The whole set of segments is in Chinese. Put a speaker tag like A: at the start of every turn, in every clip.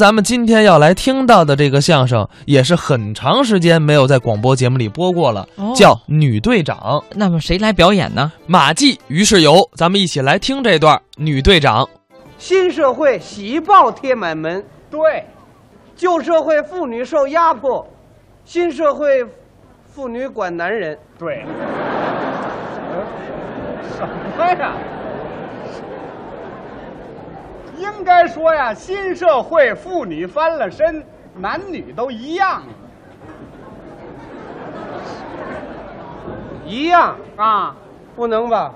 A: 咱们今天要来听到的这个相声，也是很长时间没有在广播节目里播过了，
B: 哦
A: 叫《女队长》，
B: 那么谁来表演呢？
A: 马季、于是由，咱们一起来听这段《女队长》。
C: 新社会喜报贴满门，对；旧社会妇女受压迫，新社会妇女管男人，对。
D: 什么呀？应该说呀，新社会妇女翻了身，男女都一样
C: 一样，
D: 啊。
C: 不能吧？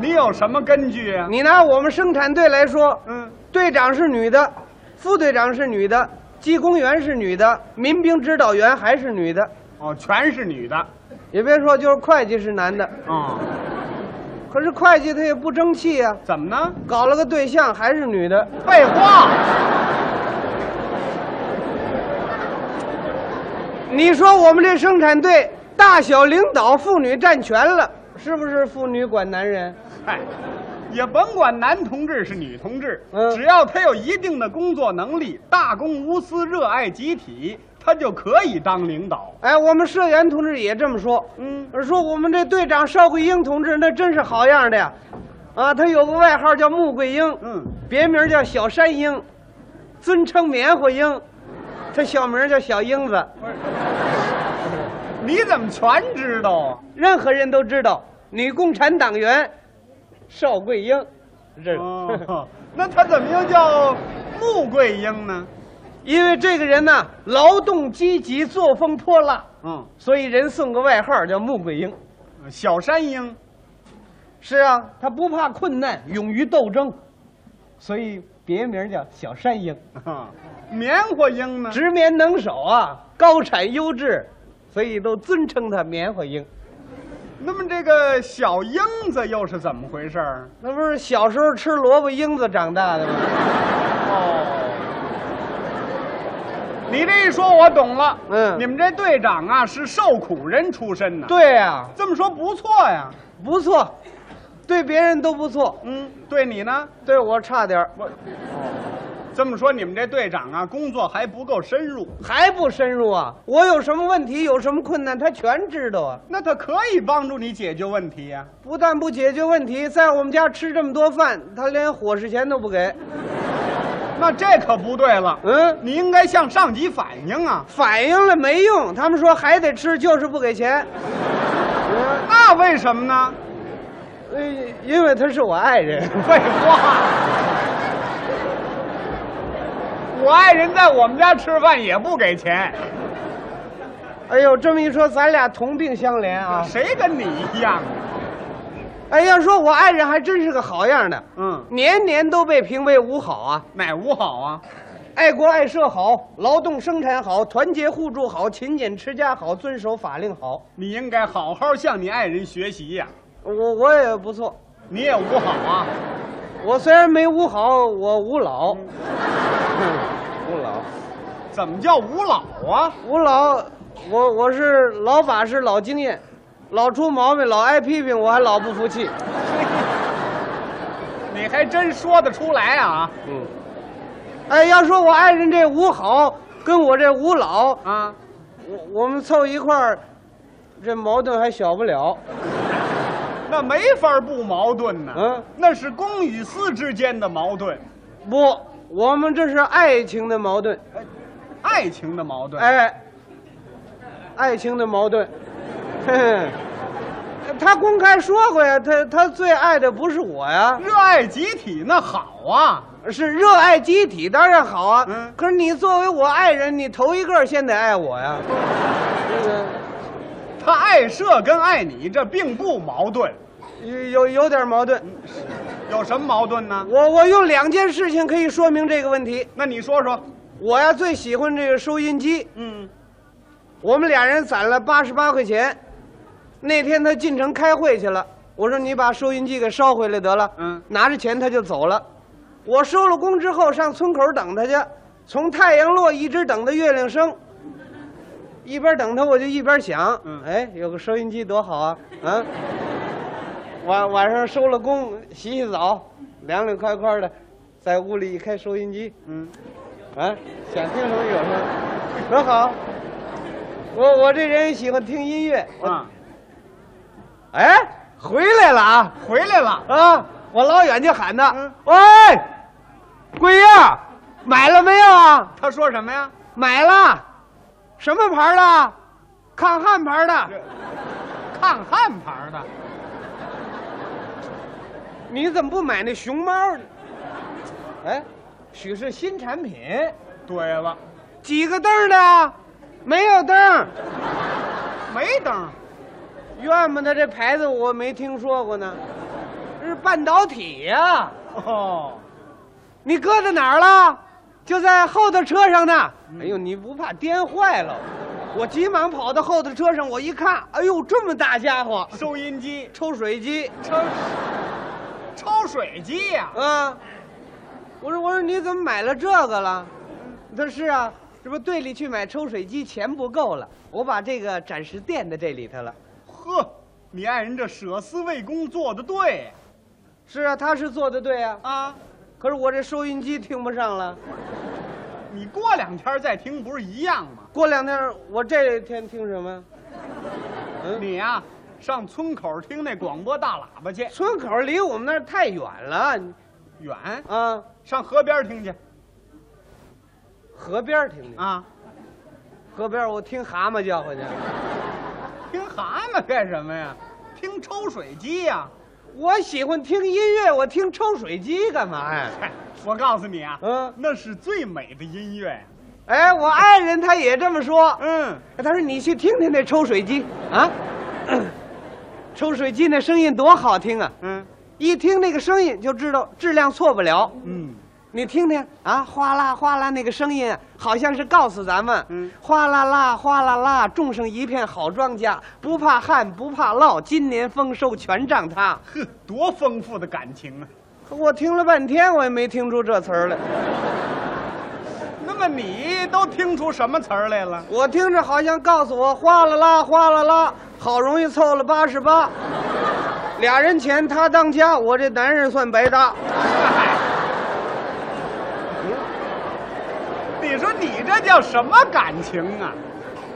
D: 你有什么根据啊？
C: 你拿我们生产队来说，
D: 嗯，
C: 队长是女的，副队长是女的，技工员是女的，民兵指导员还是女的，
D: 哦，全是女的。
C: 也别说就是会计是男的。
D: 嗯，
C: 可是会计他也不争气啊，
D: 怎么呢？
C: 搞了个对象还是女的，
D: 废话，
C: 你说我们这生产队大小领导妇女占全了，是不是妇女管男人？
D: 嗨，哎也甭管男同志是女同志，
C: 嗯
D: 只要他有一定的工作能力，大公无私，热爱集体，他就可以当领导。
C: 哎，我们社员同志也这么说，
D: 嗯，
C: 说我们这队长邵桂英同志那真是好样的呀，啊，他有个外号叫穆桂英，
D: 嗯，
C: 别名叫小山鹰，尊称棉花鹰，他小名叫小英子，
D: 你怎么全知道啊？
C: 任何人都知道，女共产党员邵桂英，这是。
D: 哦， 那他怎么又叫穆桂英呢？
C: 因为这个人呢、劳动积极，作风泼辣，
D: 嗯，
C: 所以人送个外号叫穆桂英。
D: 小山鹰，
C: 是啊，他不怕困难，勇于斗争，所以别名叫小山鹰。
D: 啊棉花鹰呢？
C: 直棉能手啊，高产优质，所以都尊称他棉花鹰。
D: 那么这个小英子又是怎么回事儿？
C: 那不是小时候吃萝卜缨子长大的吗？
D: 哦，你这一说，我懂了。
C: 嗯
D: 你们这队长啊，是受苦人出身呐。，
C: 对呀、
D: 这么说不错呀。
C: 不错，对别人都不错，
D: 嗯，对你呢？
C: 对我差点儿
D: 这么说，你们这队长啊，工作还不够深入，
C: 还不深入啊。我有什么问题，有什么困难，他全知道啊。
D: 那他可以帮助你解决问题呀、
C: 不但不解决问题，在我们家吃这么多饭，他连伙食钱都不给。
D: 那这可不对了。
C: 嗯，
D: 你应该向上级反映啊！
C: 反映了没用，他们说还得吃，就是不给钱。嗯，
D: 那为什么呢？
C: 呃因为他是我爱人。
D: 废话，我爱人在我们家吃饭也不给钱，
C: 哎呦，这么一说，咱俩同病相怜啊！
D: 谁跟你一样啊？
C: 哎，要说我爱人还真是个好样的，
D: 嗯，
C: 年年都被评为五好啊：
D: 哪屋好啊？
C: 爱国爱社好，劳动生产好，团结互助好，勤俭持家好，遵守法令好。
D: 你应该好好向你爱人学习呀、
C: 我我也不错，
D: 你也屋好啊？
C: 我虽然没五好，我五老， 五老。
D: 怎么叫吴老啊？
C: 我老，我我是老法师，老经验，老出毛病，老挨批评，我还老不服气。
D: 你还真说得出来啊？
C: 哎，要说我爱人这五好，跟我这五老，
D: 啊，
C: 我我们凑一块儿，这矛盾还小不了。
D: 那没法不矛盾呢、
C: 嗯
D: 那是公与私之间的矛盾，
C: 不，我们这是爱情的矛盾，
D: 爱情的矛盾。
C: 哎，爱情的矛盾。 嘿嘿，他公开说过呀，他他最爱的不是我呀。
D: 热爱集体那好啊，
C: 是热爱集体，当然好啊。
D: 嗯
C: 可是你作为我爱人，你头一个先得爱我呀。这
D: 嗯
C: 个
D: 他爱社跟爱你这并不矛盾，
C: 有有有点矛盾。
D: 有什么矛盾呢？
C: 我我用两件事情可以说明这个问题。
D: 那你说说，
C: 我呀最喜欢这个收音机，
D: 嗯，
C: 我们俩人攒了八十八块钱。那天他进城开会去了，我说你把收音机给捎回来得了。
D: 嗯
C: 拿着钱他就走了。我收了工之后上村口等他去，从太阳落一直等到月亮升。一边等他，我就一边想，
D: 嗯
C: 哎，有个收音机多好啊！啊，晚晚上收了工，洗洗澡，凉凉快快的，在屋里一开收音机，
D: 嗯，
C: 啊，想听什么有什么。那好，我我这人喜欢听音乐。我
D: 啊，
C: 哎，回来了啊
D: 回来了，
C: 啊！我老远就喊他，
D: 嗯
C: 喂，桂英，买了没有啊？
D: 他说什么呀？
C: 买了，什么牌儿的？抗旱牌儿的。
D: 抗旱牌的，
C: 你怎么不买那熊猫呢？哎，许是新产品，
D: 对了，
C: 几个灯儿的？没有灯儿，
D: 没灯儿，
C: 怨不得这牌子我没听说过呢。这是半导体呀、
D: 哦，
C: 你搁在哪儿了？就在后头车上呢。哎呦，你不怕颠坏了？我急忙跑到后头车上，我一看，哎呦，这么大家伙，
D: 收音机，
C: 抽水机
D: 抽抽水机呀、
C: 啊！我说我说你怎么买了这个了？他说是啊，这不队里去买抽水机钱不够了，我把这个暂时垫在这里头了。
D: 呵，你爱人这舍私为公做的对
C: 是啊，他是做的对啊，
D: 啊！
C: 可是我这收音机听不上了。
D: 你过两天再听不是一样吗？
C: 过两天我这天听什么？嗯，
D: 你呀、上村口听那广播大喇叭去，
C: 村口离我们那儿太远了你
D: 远，
C: 啊。
D: 上河边听去
C: 河边儿听听，
D: 啊！
C: 河边儿我听蛤蟆叫唤去。
D: 听蛤蟆干什么呀？听抽水机呀、
C: 我喜欢听音乐，我听抽水机干嘛呀？
D: 嗨，我告诉你啊，
C: 嗯
D: 那是最美的音乐。
C: 哎，我爱人他也这么说，哎
D: 嗯，
C: 他说你去听听那抽水机啊， 抽水机那声音多好听啊！
D: 嗯
C: 一听那个声音就知道质量错不了。
D: 嗯，
C: 你听听啊，哗啦哗啦那个声音，啊好像是告诉咱们，
D: 嗯
C: 哗啦啦哗啦啦，种上一片好庄稼，不怕旱不怕涝，今年丰收全仗它。
D: 呵，多丰富的感情啊！
C: 可我听了半天，我也没听出这词儿来。
D: 那么你都听出什么词儿来了？
C: 我听着好像告诉我哗啦啦哗啦啦，好容易凑了八十八，俩人钱他当家，我这男人算白搭。
D: 你说你这叫什么感情啊？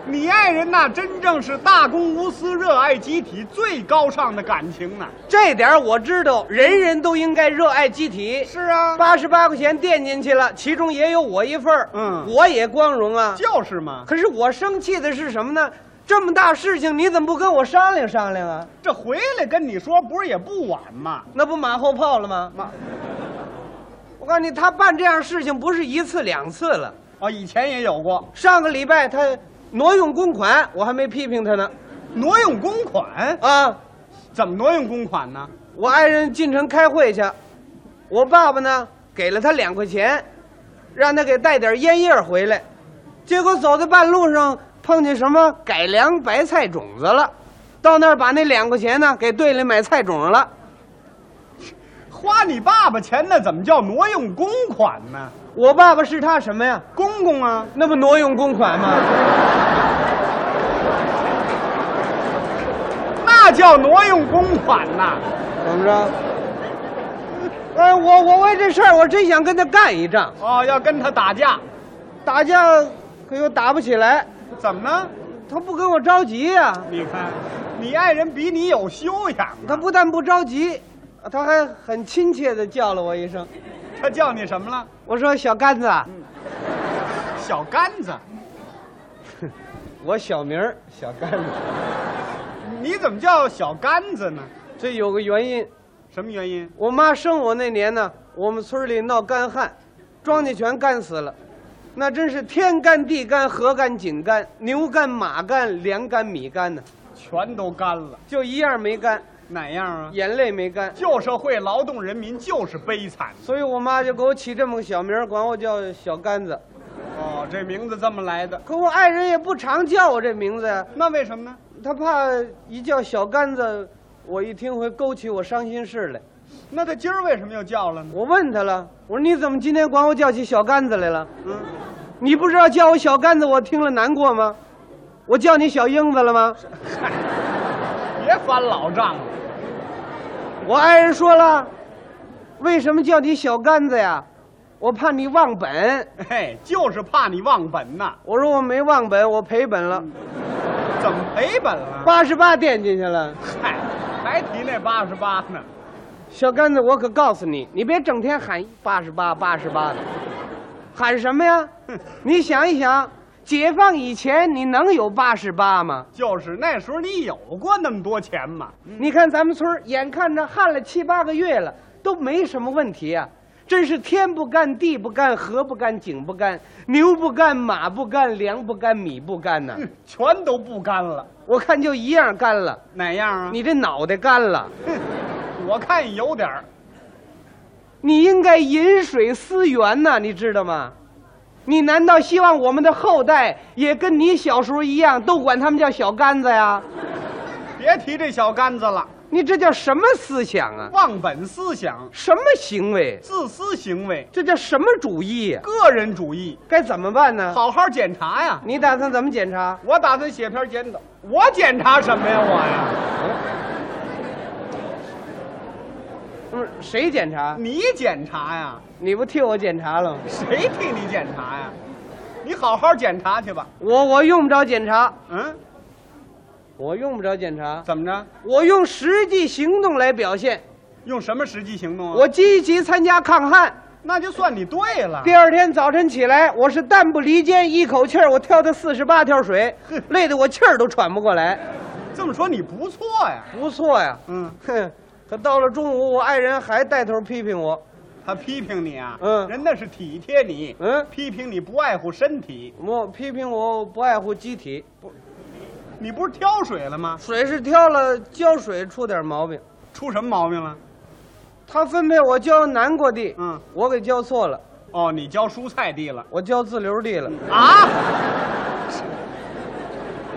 D: 你爱人那真正是大公无私、热爱集体、最高尚的感情啊呢、
C: 这点儿我知道，人人都应该热爱集体。
D: 是啊
C: 八十八块钱垫进去了，其中也有我一份儿
D: 嗯
C: 我也光荣啊。
D: 就是嘛，
C: 可是我生气的是什么呢？这么大事情，你怎么不跟我商量商量啊？
D: 这回来跟你说，不是也不晚嘛？
C: 那不马后炮了吗？
D: 妈，
C: 我告诉你，他办这样事情不是一次两次了。
D: 哦，以前也有过
C: 上个礼拜他挪用公款，我还没批评他呢。
D: 挪用公款，
C: 啊，
D: 怎么挪用公款呢？
C: 我爱人进城开会去，我爸爸呢给了他两块钱，让他给带点烟叶回来。结果走在半路上碰见什么改良白菜种子了，到那儿把那两块钱呢给队里买菜种子了。
D: 花你爸爸钱那怎么叫挪用公款呢？
C: 我爸爸是他什么呀？
D: 公公啊，
C: 那不挪用公款吗？
D: 那叫挪用公款呐、
C: 怎么着？ 哎，我我为这事儿我真想跟他干一仗，
D: 哦，要跟他打架，
C: 打架可又打不起来，
D: 怎么呢？
C: 他不跟我着急呀、
D: 你看，你爱人比你有修养啊，
C: 他不但不着急，他还很亲切的叫了我一声。
D: 他叫你什么了？
C: 我说：“小杆子，啊，
D: 小杆子，
C: 我小名儿小杆子。
D: 你怎么叫小杆子呢？
C: 这有个原因，
D: 什么原因？
C: 我妈生我那年呢，我们村里闹干旱，庄稼全干死了，那真是天干地干河干井干牛干马干粮干米干呢，
D: 全都干了，
C: 就一样没干，
D: 哪样啊？
C: 眼泪没干。
D: 旧社会劳动人民就是悲惨。
C: 所以我妈就给我起这么个小名儿，管我叫小杆子。
D: 哦，这名字这么来的，
C: 可我爱人也不常叫我这名字呀，
D: 那为什么呢？
C: 他怕一叫小杆子，我一听会勾起我伤心事来。
D: 那他今儿为什么又叫了呢？
C: 我问他了，我说你怎么今天管我叫起小杆子来了？
D: 嗯，
C: 你不知道叫我小杆子，我听了难过吗？我叫你小英子了吗？
D: 别翻老账了。
C: 我爱人说了，为什么叫你小杆子呀？我怕你忘本。
D: 嘿，就是怕你忘本呐、
C: 我说我没忘本，我赔本了，
D: 怎么赔本了？
C: 八十八垫进去了。
D: 嗨，还提那八十八呢？
C: 小杆子，我可告诉你，你别整天喊八十八八十八的，喊什么呀？你想一想，解放以前你能有八十八吗？
D: 就是那时候你有过那么多钱吗？
C: 你看咱们村儿眼看着旱了七八个月了，都没什么问题啊，真是天不干地不干河不干井不干牛不干马不干粮不干米不干呐、
D: 哼全都不干了，
C: 我看就一样干了，
D: 哪样啊？
C: 你这脑袋干了，
D: 我看有点儿。
C: 你应该饮水思源呐、你知道吗？你难道希望我们的后代也跟你小时候一样，都管他们叫小杆子呀？
D: 别提这小杆子了，
C: 你这叫什么思想啊？
D: 忘本思想、
C: 什么行为？
D: 自私行为、
C: 这叫什么主义呀、
D: 个人主义，
C: 该怎么办呢？
D: 好好检查呀！
C: 你打算怎么检查？
D: 我打算写篇检讨，我检查什么呀？我
C: 不是谁检查
D: 呀，？你检查呀？
C: 你不替我检查了吗？
D: 谁替你检查呀？你好好检查去吧。
C: 我我用不着检查，
D: 嗯，
C: 我用不着检查，
D: 怎么着？
C: 我用实际行动来表现。
D: 用什么实际行动啊？
C: 我积极参加抗旱，
D: 那就算你对了。
C: 第二天早晨起来，我是弹不离肩，一口气儿我跳到四十八跳水
D: 哼，
C: 累得我气儿都喘不过来。
D: 这么说你 不错呀。
C: 不错呀，
D: 嗯，
C: 哼。可到了中午，我爱人还带头批评我，
D: 他批评你啊，
C: 嗯
D: 人那是体贴你，
C: 嗯，
D: 批评你不爱护身体。
C: 我批评我不爱护机体，
D: 你不是挑水了吗？
C: 水是挑了，浇水出点毛病。
D: 出什么毛病了？
C: 他分配我浇南瓜地，
D: 嗯，
C: 我给浇错了，
D: 哦，你浇蔬菜地了
C: 我浇自留地了，
D: 啊？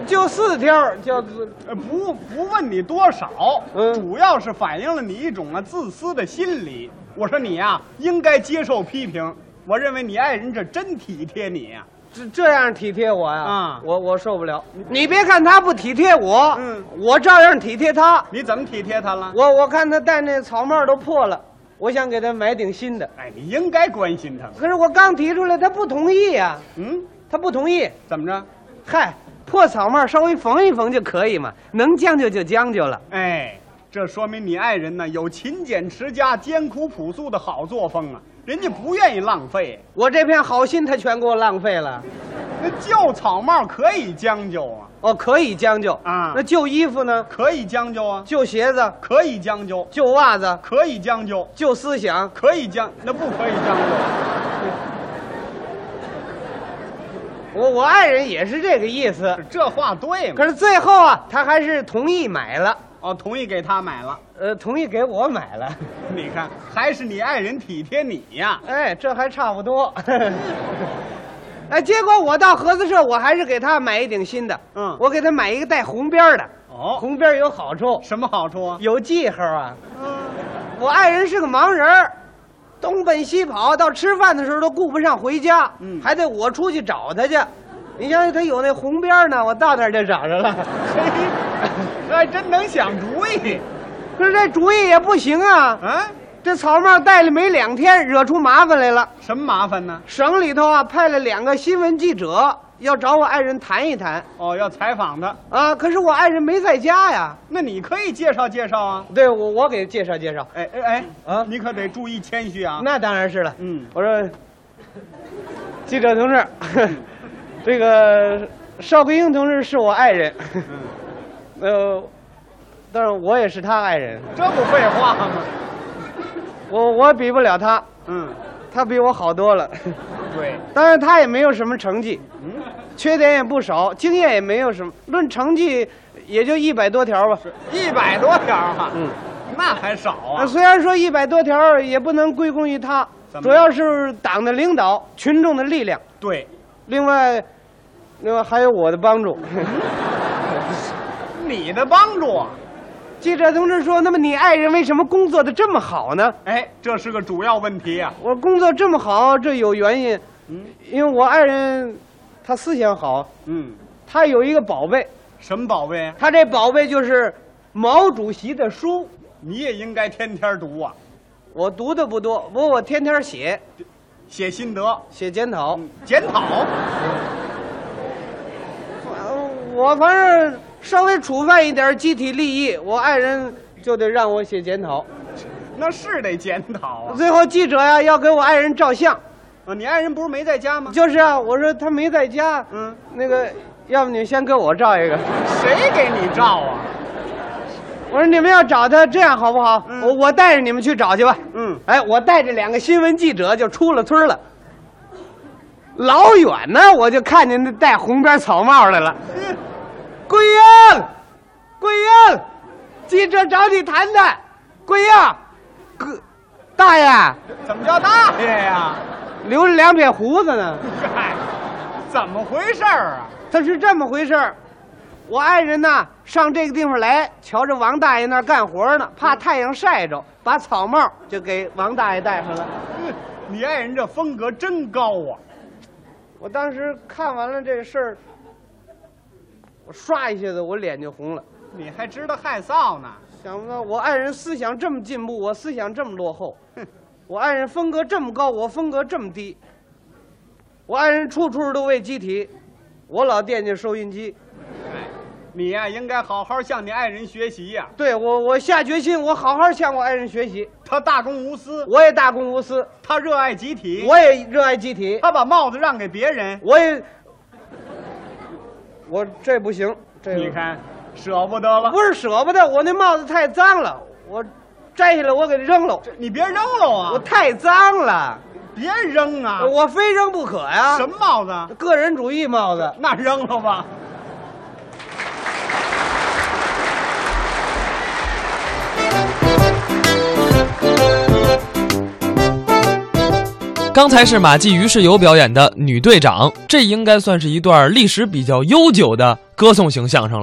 C: 就四条浇自，
D: 呃不不问你多少，
C: 嗯
D: 主要是反映了你一种啊自私的心理。我说你呀、应该接受批评。我认为你爱人这真体贴你呀、
C: 这这样体贴我呀，
D: 啊
C: 我我受不了。你别看他不体贴我，
D: 嗯
C: 我照样体贴他。
D: 你怎么体贴他了？
C: 我我看他戴那草帽都破了，我想给他买顶新的，
D: 哎，你应该关心他。
C: 可是我刚提出来，他不同意呀、
D: 嗯，
C: 他不同意。
D: 怎么着？
C: 嗨，破草帽稍微缝一缝就可以嘛，能将就就将就了。
D: 哎，这说明你爱人呢有勤俭持家、艰苦朴素的好作风啊，人家不愿意浪费。
C: 我这片好心他全给我浪费了。
D: 那旧草帽可以将就啊，
C: 哦，可以将就
D: 啊
C: 那旧衣服呢？
D: 可以将就啊，
C: 旧鞋子、
D: 可以将就，
C: 旧袜子、
D: 可以将就，
C: 旧思想，
D: 可以将，那不可以将就。
C: 我我爱人也是这个意思。
D: 这话对吗？
C: 可是最后啊，他还是同意买了，
D: 哦，同意给他买了。
C: 呃，同意给我买了。
D: 你看，还是你爱人体贴你呀、
C: 哎，这还差不多。 哎，结果我到合资社，我还是给他买一顶新的。
D: 嗯
C: 我给他买一个带红边儿的，
D: 哦，
C: 红边儿有好处，
D: 什么好处啊？
C: 有记号啊。
D: 嗯，
C: 我爱人是个盲人儿，东奔西跑，到吃饭的时候都顾不上回家，
D: 嗯
C: 还得我出去找他去。你想想，他有那红边儿呢，我到那儿就找着 了。
D: 嘿，还哎真能想主意
C: 可是这主意也不行啊，
D: 啊？
C: 这草帽戴了没两天，惹出麻烦来了。
D: 什么麻烦呢？
C: 省里头啊，派了两个新闻记者要找我爱人谈一谈
D: 哦，要采访他，
C: 啊，可是我爱人没在家呀。
D: 那你可以介绍介绍啊。
C: 对，我我给介绍介绍。
D: 哎哎哎，
C: 啊
D: 你可得注意谦虚啊。
C: 那当然是了。
D: 嗯
C: 我说，记者同志， 这个邵桂英同志是我爱人，呃，但是我也是他爱人，
D: 这不废话吗？
C: 我我比不了他，
D: 嗯，
C: 他比我好多了。
D: 对，
C: 当然，他也没有什么成绩，
D: 嗯，
C: 缺点也不少，经验也没有什么。论成绩，也就一百多条吧。
D: 一百多条哈、
C: 嗯，
D: 那还少啊
C: 呃。虽然说一百多条，也不能归功于他，
D: 怎么
C: 主要是党的领导、群众的力量，
D: 对，
C: 另外，另外还有我的帮助。
D: 你的帮助啊，
C: 记者同志说：“那么你爱人为什么工作的这么好呢
D: 哎，这是个主要问题啊呀、？”
C: 我说：“工作这么好，这有原因，
D: 嗯
C: 因为我爱人，他思想好，
D: 嗯，
C: 他有一个宝贝，
D: 什么宝贝啊？
C: 他这宝贝就是毛主席的书。
D: 你也应该天天读啊。
C: 我读的不多，不过我天天写，
D: 写心得、
C: 写检讨。
D: 检讨。
C: 呃我反正稍微触犯一点集体利益，我爱人就得让我写检讨。
D: 那是得检讨啊！
C: 最后记者呀、要给我爱人照相，
D: 啊，你爱人不是没在家吗？
C: 就是啊，我说他没在家，
D: 嗯，
C: 那个，要不你先给我照一个。
D: 谁给你照啊？
C: 我说你们要找他，这样好不好？
D: 嗯
C: 我我带着你们去找去吧。
D: 嗯，
C: 哎，我带着两个新闻记者就出了村了。老远呢，我就看见那戴红边草帽来了。
D: 嗯
C: 桂英，桂英，记者找你谈谈。桂英，哥，大爷
D: 怎么叫大爷呀？
C: 留着两撇胡子呢。
D: 嗨，怎么回事儿啊？
C: 他是这么回事儿，我爱人呐上这个地方来，瞧着王大爷那儿干活呢，怕太阳晒着，把草帽就给王大爷戴上了。
D: 嗯你爱人这风格真高啊！
C: 我当时看完了这事儿，我唰一下子我脸就红了，
D: 你还知道害臊呢？
C: 想不到我爱人思想这么进步，我思想这么落后，哼，我爱人风格这么高，我风格这么低，我爱人处处都为集体，我老惦记收音机。
D: 你呀、应该好好向你爱人学习呀、
C: 对我，我下决心，我好好向我爱人学习，
D: 他大公无私，
C: 我也大公无私。
D: 他热爱集体，
C: 我也热爱集体，
D: 他把帽子让给别人。
C: 我也，我这不行，这
D: 你看，舍不得了，
C: 不是舍不得，我那帽子太脏了，我摘下来我给扔了，
D: 你别扔了啊！
C: 我太脏了，
D: 别扔啊！
C: 我非扔不可呀、
D: 什么帽子？啊
C: 个人主义帽子，
D: 那扔了吧。
A: 刚才是马季、于世友表演的《女队长》，这应该算是一段历史比较悠久的歌颂型相声了。